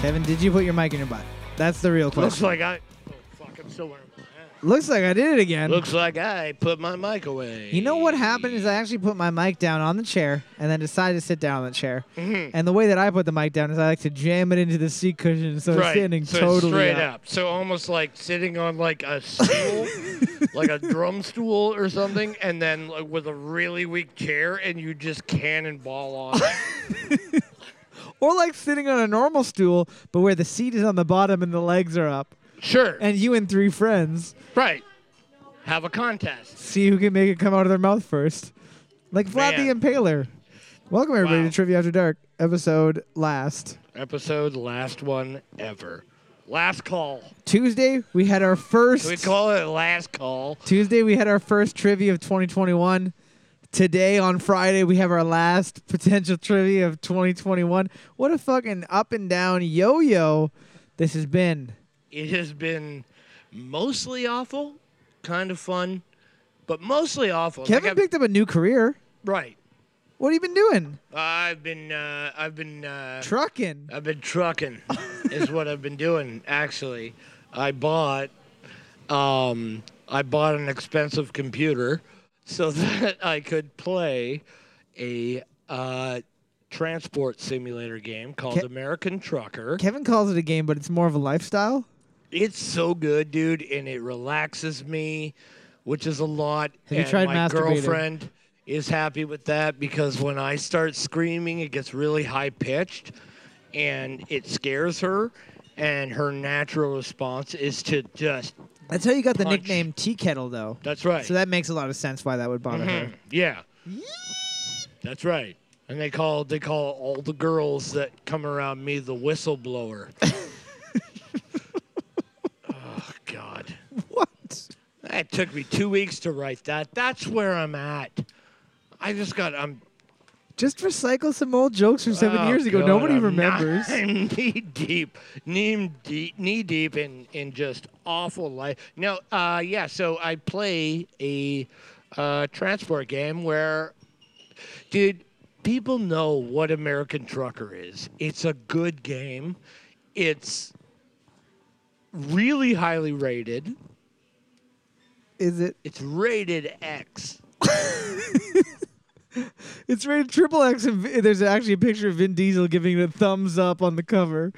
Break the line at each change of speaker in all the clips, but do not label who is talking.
Kevin, did you put your mic in your butt? That's the real question.
Looks like I. Oh, fuck, I'm still wearing my hat.
Looks like I did it again.
Looks like I put my mic away.
You know what happened is I actually put my mic down on the chair and then decided to sit down on the chair.
Mm-hmm.
And the way that I put the mic down is I like to jam it into the seat cushion, so it's
right.
standing
so it's
totally
straight
up.
up. So almost like sitting on like a stool, like a drum stool or something, and then like with a really weak chair, and you just cannonball on. it.
Or like sitting on a normal stool, but where the seat is on the bottom and the legs are up,
sure.
and you and three friends
right. Have a contest.
see who can make it come out of their mouth first, like Vlad
Man.
the Impaler. Welcome everybody
Wow.
to Trivia After Dark episode last.
Episode last one ever. Last call.
Tuesday we had our first.
Can we call it last call?
Tuesday we had our first trivia of 2021. Today on Friday we have our last potential trivia of 2021. What a fucking up and down yo-yo this has been.
It has been mostly awful, kind of fun, but mostly awful.
Kevin
Like, I've-
picked up a new career.
right.
What have you been doing?
I've been uh, I've been uh,
Trucking.
I've been trucking is what I've been doing actually. I bought um, I bought an expensive computer so that I could play a uh, transport simulator game called
Ke-
American Trucker.
Kevin calls it a game, but it's more of a lifestyle.
It's so good, dude, and it relaxes me, which is a lot.
Have you
and
tried
my
masturbating?
girlfriend is happy with that because when I start screaming, it gets really high pitched and it scares her. And her natural response is to just,
That's how you got the
Punch.
nickname Tea Kettle, though.
that's right.
So that makes a lot of sense why that would bother
Mm-hmm.
her.
yeah. That's right. And they call they call all the girls that come around me the whistleblower. oh God.
What?
That took me two weeks to write that. That's where I'm at. I just got. I'm
Just recycle some old jokes from seven
oh,
years ago.
God,
Nobody
I'm
remembers.
nine- knee deep, knee deep, knee deep in in just awful life. No, uh, yeah. So I play a uh, transport game where, dude, people know what American Trucker is. It's a good game. It's really highly rated.
Is it?
It's rated X.
It's rated triple X, and Vi- there's actually a picture of Vin Diesel giving it a thumbs up on the cover.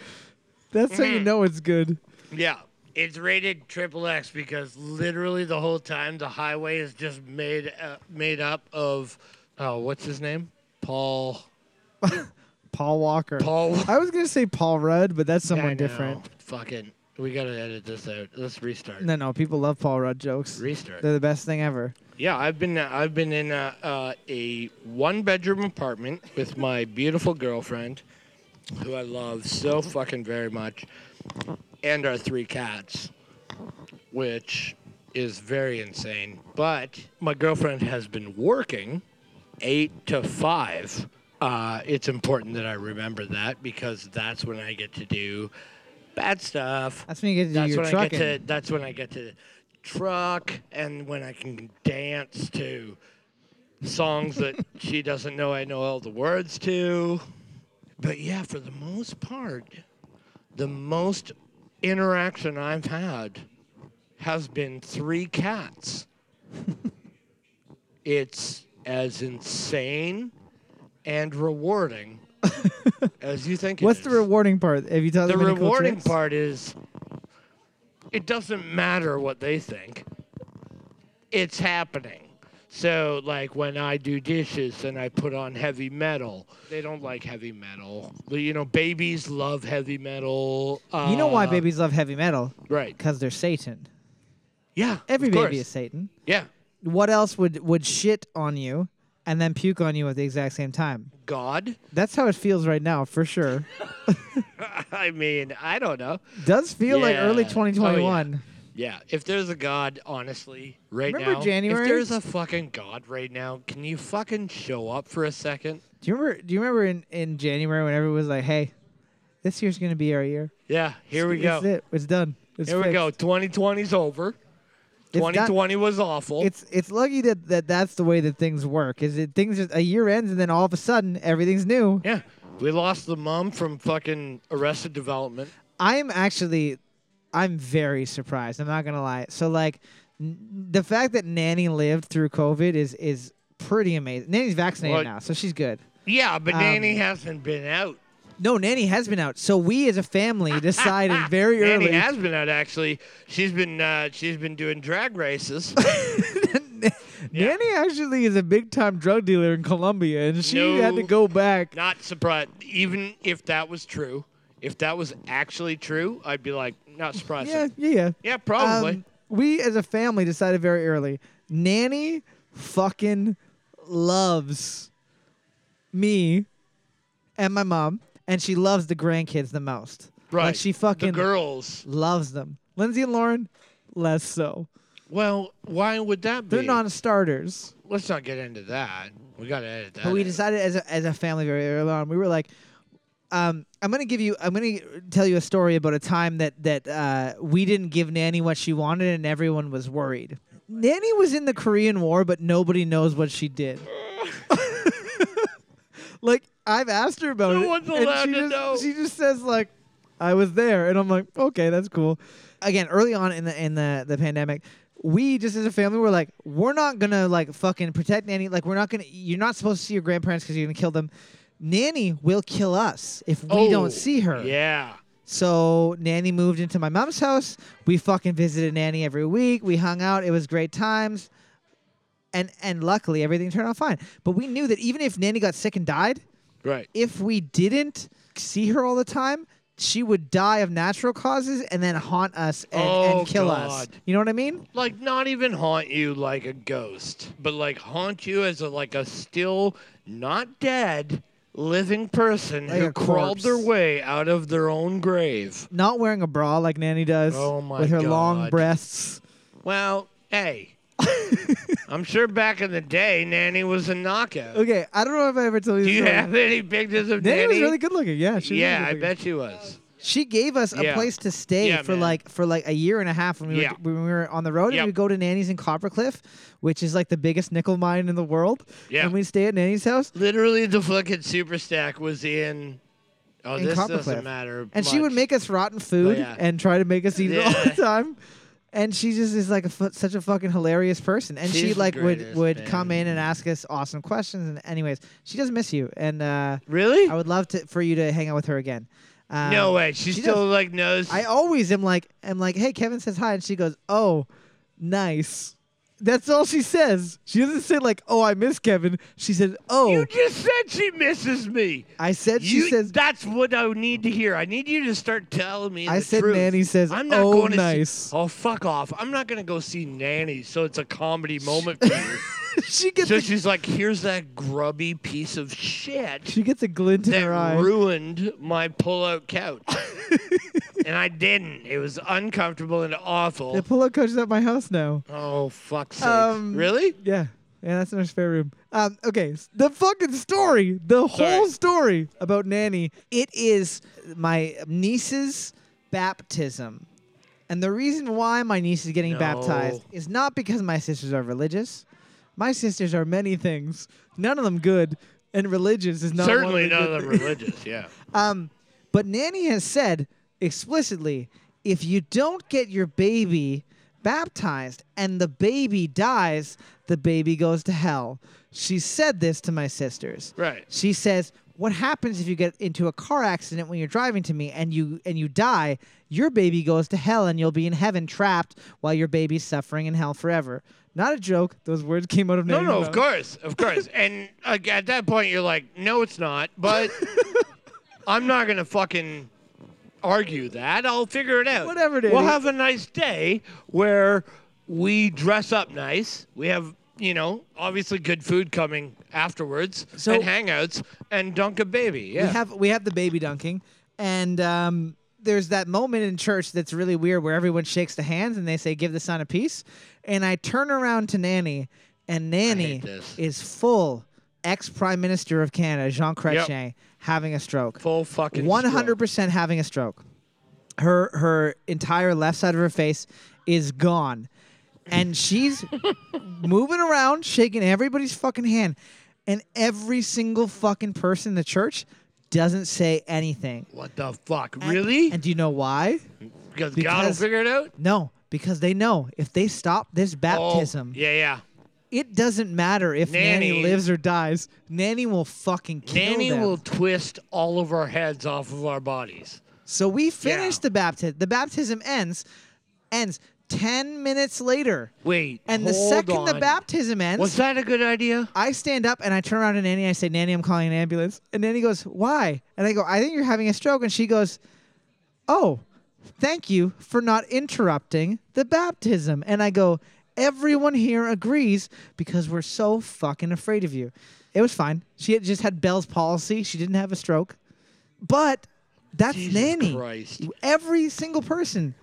That's how you know it's good.
Yeah. It's rated triple X because literally the whole time the highway is just made uh, made up of oh what's his name Paul
Paul Walker.
Paul
I was gonna say Paul Rudd, but that's
I
someone
know.
different.
Fucking, we gotta edit this out. Let's restart.
No, no, people love Paul Rudd jokes.
Restart.
They're the best thing ever.
Yeah, I've been I've been in a, uh, a one bedroom apartment with my beautiful girlfriend, who I love so fucking very much, and our three cats, which is very insane. But my girlfriend has been working eight to five. Uh, it's important that I remember that because that's when I get to do bad stuff
That's when you get to do
that's
your
when
trucking.
I get to. That's when I get to truck, and when I can dance to songs that she doesn't know I know all the words to. But yeah, for the most part, the most interaction I've had has been three cats. it's as insane and rewarding as you think. it
What's the
is
rewarding part? Have you taught
the
them any cool
rewarding
tricks?
part is it doesn't matter what they think it's happening so like when i do dishes and i put on heavy metal they don't like heavy metal But, you know babies love heavy metal uh,
You know why babies love heavy metal?
right
Because they're Satan.
yeah
Every
of
baby
course.
is Satan.
yeah
What else would would shit on you and then puke on you at the exact same time?
god
That's how it feels right now, for sure.
i mean i don't know
Does feel like early
Yeah. Oh, yeah.
2021.
yeah if there's a god honestly right
Remember
now
January?
if there's a fucking god right now can you fucking show up for a second
Do you remember? Do you remember in, in January when everyone was like, "Hey, this year's gonna be our year.
yeah here we
It's-
go
It's it. It's done. It's
Here we
fixed.
go. 2020's over.
It's done.
2020 was awful.
It's it's lucky that, that that's the way that things work. Is it things just a year ends and then all of a sudden everything's new.
yeah. We lost the mom from fucking Arrested Development.
I'm actually, I'm very surprised. I'm not gonna lie. So like, n- the fact that Nanny lived through COVID is is pretty amazing. Nanny's vaccinated
Well-
now, so she's good.
Yeah, but
Um,
Nanny hasn't been out.
No, Nanny has been out. So we as a family decided very
Nanny
early.
has been out actually. She's been uh, she's been doing drag races. Yeah.
Nanny actually is a big time drug dealer in Colombia, and she had to
No.
go back.
Not surprised. Even if that was true, if that was actually true, I'd be like, not surprised.
Yeah,
Yeah,
yeah, yeah.
probably.
Um, we as a family decided very early. Nanny fucking loves me and my mom, and she loves the grandkids the most.
right.
Like she fucking
the girls.
loves them. Lindsay and Lauren, less so.
Well, why would that be?
They're non-starters.
Let's not get into that. We gotta edit that.
But we
out.
decided as a, as a family very early on, we were like, um, I'm gonna give you, I'm gonna tell you a story about a time that that uh, we didn't give Nanny what she wanted, and everyone was worried. Nanny was in the Korean War, but nobody knows what she did. like I've asked her about
No
it,
one's
and
allowed
she
to
just,
know.
She just says like, I was there, and I'm like, okay, that's cool. Again, early on in the in the the pandemic, we just as a family were like, we're not gonna like fucking protect nanny. Like we're not gonna. You're not supposed to see your grandparents because you're gonna kill them. Nanny will kill us if we
Oh,
don't see her.
Yeah.
So Nanny moved into my mom's house. We fucking visited Nanny every week. We hung out. It was great times. And and luckily everything turned out fine. But we knew that even if Nanny got sick and died,
Right.
if we didn't see her all the time, she would die of natural causes and then haunt us and,
Oh,
and kill us.
God.
You know what I mean?
Like not even haunt you like a ghost, but like haunt you as a, like a still not dead living person
Like
who
a
crawled their
corpse.
way out of their own grave.
Not wearing a bra like Nanny does
Oh, my
with her long
God.
breasts.
Well, hey. I'm sure back in the day, Nanny was a knockout.
Okay, I don't know if I ever told you
Do
this.
you
story.
have any pictures of
Nanny
Nanny?
was really good looking. Yeah, she was
yeah,
really
I
good
bet she was.
She gave us a
Yeah.
place to stay
Yeah,
for
man.
like for like a year and a half when we
Yeah.
were, when we were on the road
Yep.
and we go to Nanny's in Coppercliff, which is like the biggest nickel mine in the world.
Yeah.
And we stay at Nanny's house.
Literally, the fucking super stack was in. Oh,
In
this
Coppercliff.
doesn't matter.
And she would
much. Oh,
make us rotten food
yeah.
and try to make us eat it all
Yeah.
the time. And she just is like a fu- such a fucking hilarious person. And she
She's the
like would
greatest,
would come
man.
in and ask us awesome questions. And anyways, she does miss you. And uh,
Really?
I would love to for you to hang out with her again. Um,
no way. She,
she
still
does-
like knows.
I always am like, am like, hey, Kevin says hi, and she goes, oh, nice. That's all she says. She doesn't say like, oh, I miss Kevin. She says, oh,
you just said she misses me.
I said. She
You-
says,
that's what I need to hear. I need you to start telling me.
I
the
said
truth.
Nanny says,
I'm not
"Oh,
going to
nice."
See, oh, fuck off! I'm not going to go see Nanny. So it's a comedy moment for you.
she gets
so
a,
she's like, "Here's that grubby piece of shit
she gets a glint in
that
her eye.
ruined my pull-out couch." and I didn't. It was uncomfortable and
the
awful.
pull-up coach is at my house now.
Oh fuck's sake!
Um,
really?
Yeah. Yeah, that's in her spare room. Um, okay, s- the fucking story, the whole story about Nanny. It is my niece's baptism. And the reason why my niece is getting baptized
No.
is not because my sisters are religious. My sisters are many things, none of them good, and religious is not one
Certainly
of the
none
good
of them
things.
religious. Yeah.
Um, but Nanny has said explicitly if you don't get your baby baptized and the baby dies, the baby goes to hell. She said this to my sisters.
Right.
She says, "What happens if you get into a car accident when you're driving to me and you and you die? Your baby goes to hell and you'll be in heaven trapped while your baby's suffering in hell forever." Not a joke. Those words came out of
No,
Nanny's
no, of
mouth.
course, of course. and like, at that point, you're like, no, it's not. But I'm not gonna fucking argue that. I'll figure it out.
Whatever,
We'll
Daddy.
have a nice day where we dress up nice. We have, you know, obviously good food coming afterwards
So-
and hangouts and dunk a baby. Yeah.
We have we have the baby dunking, and um, there's that moment in church that's really weird where everyone shakes the hands and they say, "Give the son a piece," and I turn around to Nanny, and Nanny
this.
is full ex Prime Minister of Canada Jean Chrétien having a stroke,
Full fucking.
one hundred percent having a stroke. Her her entire left side of her face is gone, and she's moving around, shaking everybody's fucking hand, and every single fucking person in the church doesn't say anything.
What the fuck?
And-
really?
And do you know why?
because, God will
because-
figure it out?
No, because they know if they stop this
Oh,
baptism,
yeah, yeah.
it doesn't matter if Nanny,
Nanny-
lives or dies. Nanny will fucking kill
Nanny
them.
will twist all of our heads off of our bodies.
So we finish
Yeah.
the baptism. The baptism ends ends 10 minutes later.
Wait.
And the
hold
second the
on.
baptism ends,
Was that a good idea?
I stand up and I turn around to Nanny. I say, Nanny, I'm calling an ambulance. And Nanny goes, Why? And I go, I think you're having a stroke. And she goes, Oh, thank you for not interrupting the baptism. And I go, Everyone here agrees because we're so fucking afraid of you. It was fine. She had just had Bell's palsy. She didn't have a stroke. But that's
Jesus
Nanny.
Christ.
Every single person.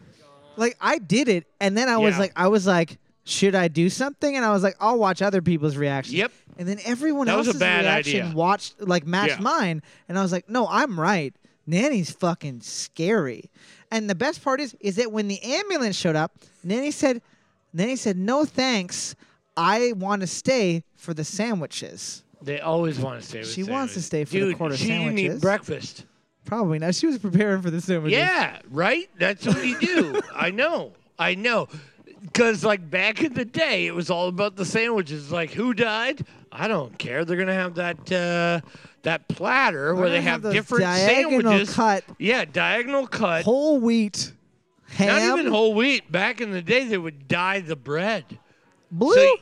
Like I did it and then I was
Yeah.
like I was like should I do something? And I was like, I'll watch other people's reactions.
Yep.
And then everyone
That was a
else's
bad
reaction
idea.
watched like matched
Yeah.
mine, and I was like, no, I'm right. Nanny's fucking scary. And the best part is, is that when the ambulance showed up, Nanny said, Nanny said, no thanks. I want to stay for the sandwiches.
They always want to stay with
She wants to
sandwiches.
stay for the
Dude,
quarter
she didn't
sandwiches.
eat breakfast.
Probably not. She was preparing for the sandwiches.
Yeah, right? That's what you do. I know. I know. Because, like, back in the day, it was all about the sandwiches. Like, who died? I don't care. They're going to have that uh, that platter where
gonna
they
have
have,
those
different
diagonal
sandwiches.
cut.
Yeah, diagonal cut.
Whole wheat, ham,
Not even whole wheat. Back in the day, they would dye the bread.
blue.
So,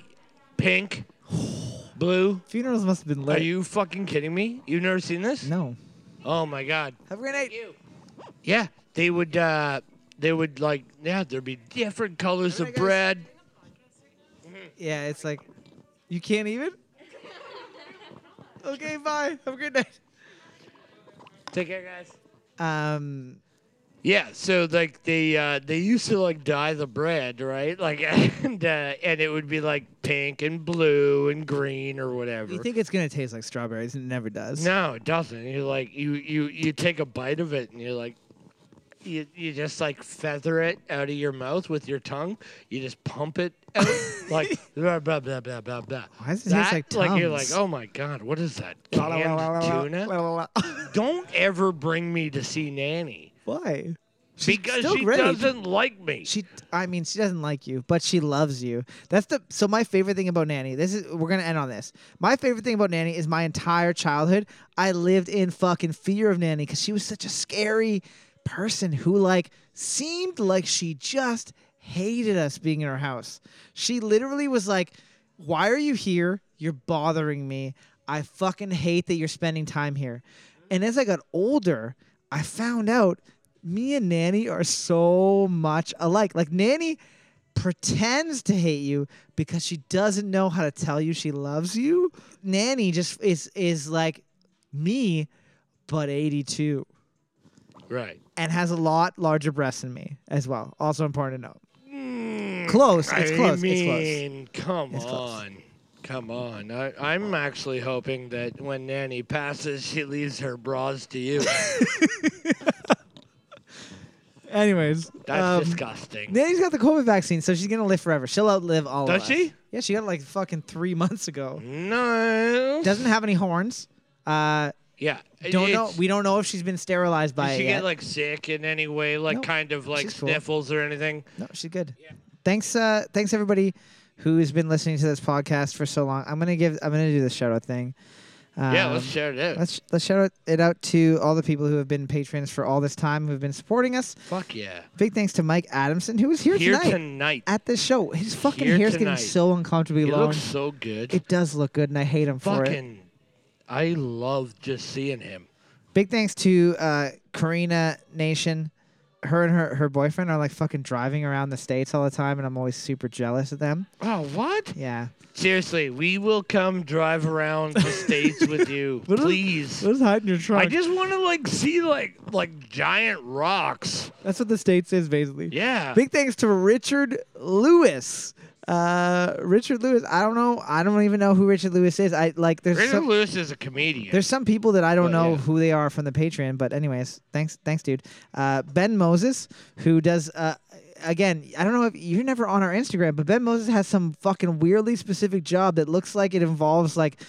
pink, blue.
Funerals must have been
Are
late.
you fucking kidding me? You've never seen this?
No.
Oh, my God.
Have a great night.
Yeah, they would. Uh, they would like. Yeah, there'd be different colors of
Alright, guys.
bread.
Yeah, it's like, you can't even? okay, bye. Have a good night.
Take care, guys.
Um,
Yeah, so like they uh, they used to like dye the bread, right? Like and uh, and it would be like pink and blue and green or whatever.
you think it's going to taste like strawberries, and it never does.
no, it doesn't. You're like you you you take a bite of it and you're like. You, you just like feather it out of your mouth with your tongue. You just pump it out like blah blah blah blah blah blah.
Why does it
that,
taste like
you're
Tums?
like, oh my god, what is that? Canned tuna? Don't ever bring me to see Nanny
Why? She's
because
still
she
great.
doesn't like me.
She, I mean, she doesn't like you, but she loves you. That's the so my favorite thing about Nanny. This is we're gonna end on this. My favorite thing about Nanny is my entire childhood. I lived in fucking fear of Nanny because she was such a scary person who like seemed like she just hated us being in her house. She literally was like, "Why are you here? You're bothering me. I fucking hate that you're spending time here." And as I got older, I found out me and Nanny are so much alike. Like Nanny pretends to hate you because she doesn't know how to tell you she loves you. Nanny just is is like me but 82
right.
and has a lot larger breasts than me as well. Also important to note.
Mm,
Close, it's
I
close, it's close.
mean, come
It's close.
on. Come on. I, I'm actually hoping that when Nanny passes, she leaves her bras to you.
Anyways,
That's
um,
disgusting.
Nanny's got the COVID vaccine, so she's gonna live forever. She'll outlive all of
Does
us.
she?
Yeah, she got it like fucking three months ago.
no.
Doesn't have any horns. Uh,
yeah.
don't know.
it's-
We don't know if she's been sterilized by
Did
it
she
yet.
get like sick in any way, like
No,
kind of like
she's cool.
sniffles or anything?
No, she's good. Thanks, uh, thanks everybody who's been listening to this podcast for so long. I'm gonna give, I'm gonna do the shout out thing. Um,
yeah, let's share it out.
let's let's shout out it out to all the people who have been patrons for all this time, who've been supporting us.
Fuck yeah.
Big thanks to Mike Adamson, who was here,
Here
tonight
tonight.
at the show. His fucking
Here
hair's
tonight.
getting so uncomfortably
It
long.
looks so good.
it does look good, and I hate him for it.
Fucking, I love just seeing him.
Big thanks to uh, Karina Nation. Her and her, her boyfriend are like fucking driving around the states all the time, and I'm always super jealous of them.
Oh, what?
Yeah.
Seriously, we will come drive around the states with you,
What is-
please.
Let's hide in your trunk.
I just want to like see like like giant rocks.
That's what the states is basically.
Yeah.
Big thanks to Richard Lewis. Uh, Richard Lewis. I don't know. I don't even know who Richard Lewis is. I like. There's
Richard
some,
Lewis is a comedian.
there's some people that I don't
Well,
know
yeah.
who they are from the Patreon. But anyways, thanks, thanks, dude. Uh, ben Moses, who does. Uh, again, I don't know if you're never on our Instagram, but Ben Moses has some fucking weirdly specific job that looks like it involves like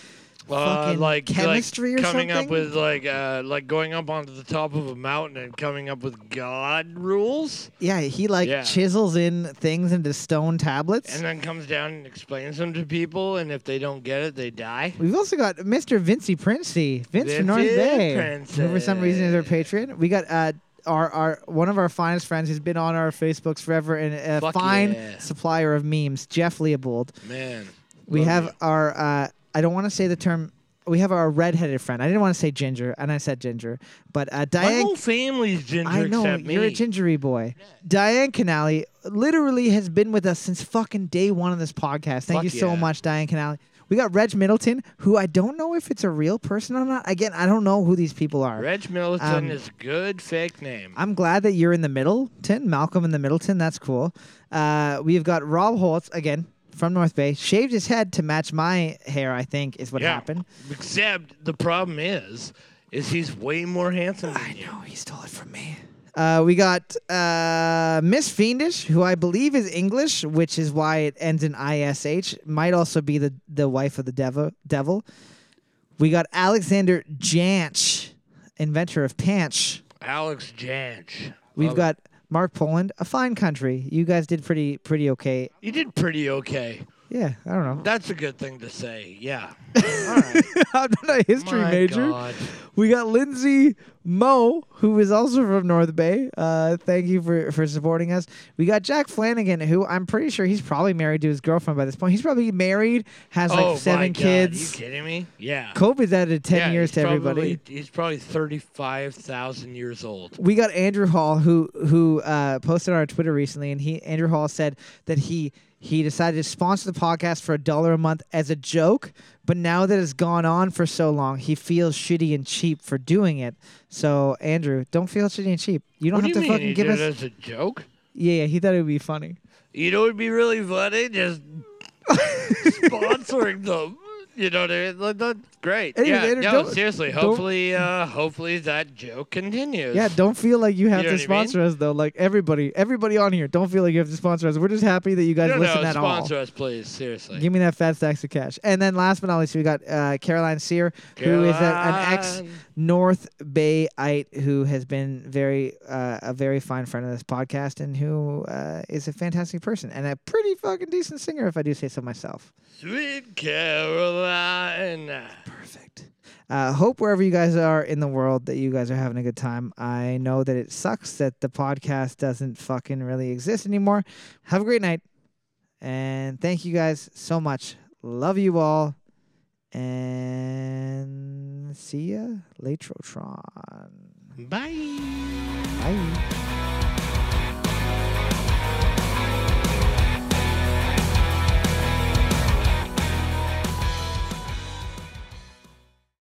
Uh,
Fucking
like
chemistry
like
or
coming up
something?
with like uh, like going up onto the top of a mountain and coming up with God rules,
Yeah, he like
Yeah.
chisels in things into stone tablets.
and uh, then comes down and explains them to people, and if they don't get it, they die.
We've also got Mr. Vincey Princey, Vince from North
Vinci
Bay,
Princey.
who for some reason is our patron. We got uh, our our one of our finest friends who's been on our Facebooks forever and a
Fuck
fine
yeah.
supplier of memes, Jeff Leopold.
Man,
We
love
have
you.
our uh, I don't want to say the term. We have our redheaded friend. I didn't want to say ginger, and I said ginger, but uh,
my
Diane.
whole family's ginger
I know
except me.
you're a gingery boy. Diane Canali literally has been with us since fucking day one of this podcast. Thank
Fuck
you so
yeah.
much, Diane Canali. We got Reg Middleton, who I don't know if it's a real person or not. Again, I don't know who these people are.
Reg Militant
Um,
is a good fake name.
I'm glad that you're in the Middleton, Malcolm in the Middleton. That's cool. Uh, we've got Rob Holtz again from North Bay. Shaved his head to match my hair. I think is what
Yeah.
happened.
Except the problem is, is he's way more handsome than you.
No, he stole it from me. Uh, we got uh, Miss Fiendish, who I believe is English, which is why it ends in ish. Might also be the, the wife of the devil. Devil. We got Alexander Janch, inventor of Panch.
Alex Janch.
We've
Love it.
got Mark Poland, a fine country. You guys did pretty pretty okay.
You did pretty okay.
Yeah, I don't know.
That's a good thing to say. Yeah. All right.
I'm not a history
My
major.
God.
We got Lindsay Moe, who is also from North Bay. Uh, thank you for, for supporting us. We got Jack Flanagan, who I'm pretty sure he's probably married to his girlfriend by this point. He's probably married, has
oh
like
my
seven
God.
kids.
You kidding me? Yeah.
COVID's added 10
Yeah,
years
he's
to everybody.
probably- He's probably thirty-five thousand years old.
We got Andrew Hall, who who uh, posted on our Twitter recently, and he Andrew Hall said that he he decided to sponsor the podcast for a dollar a month as a joke, but now that it's gone on for so long, he feels shitty and cheap for doing it. So Andrew, don't feel shitty and cheap. You don't
what
have to
do you mean?
fucking
he
give
did
us.
it as a joke?
Yeah, yeah, he thought it would be funny.
You know, it'd be really funny just sponsoring them. You know what I mean? Like, That's great.
Anyway,
yeah,
Andrew,
no,
don't-
seriously.
don't-
Hopefully, uh, hopefully that joke continues.
Yeah, don't feel like you have
know
to
what I mean?
sponsor us though. Like everybody, everybody on here, don't feel like you have to sponsor us. We're just happy that you guys
no, no,
listen at all.
sponsor us, please. Seriously.
Give me that fat stacks of cash. And then last but not least, we got uh, Caroline Sear, who is a, an ex
Caroline.
North Bayite who has been very uh, a very fine friend of this podcast and who uh, is a fantastic person and a pretty fucking decent singer, if I do say so myself.
Sweet Caroline.
Perfect. Uh, hope wherever you guys are in the world that you guys are having a good time. I know that it sucks that the podcast doesn't fucking really exist anymore. Have a great night. And thank you guys so much. Love you all. And see ya later. Tron.
Bye.
Bye.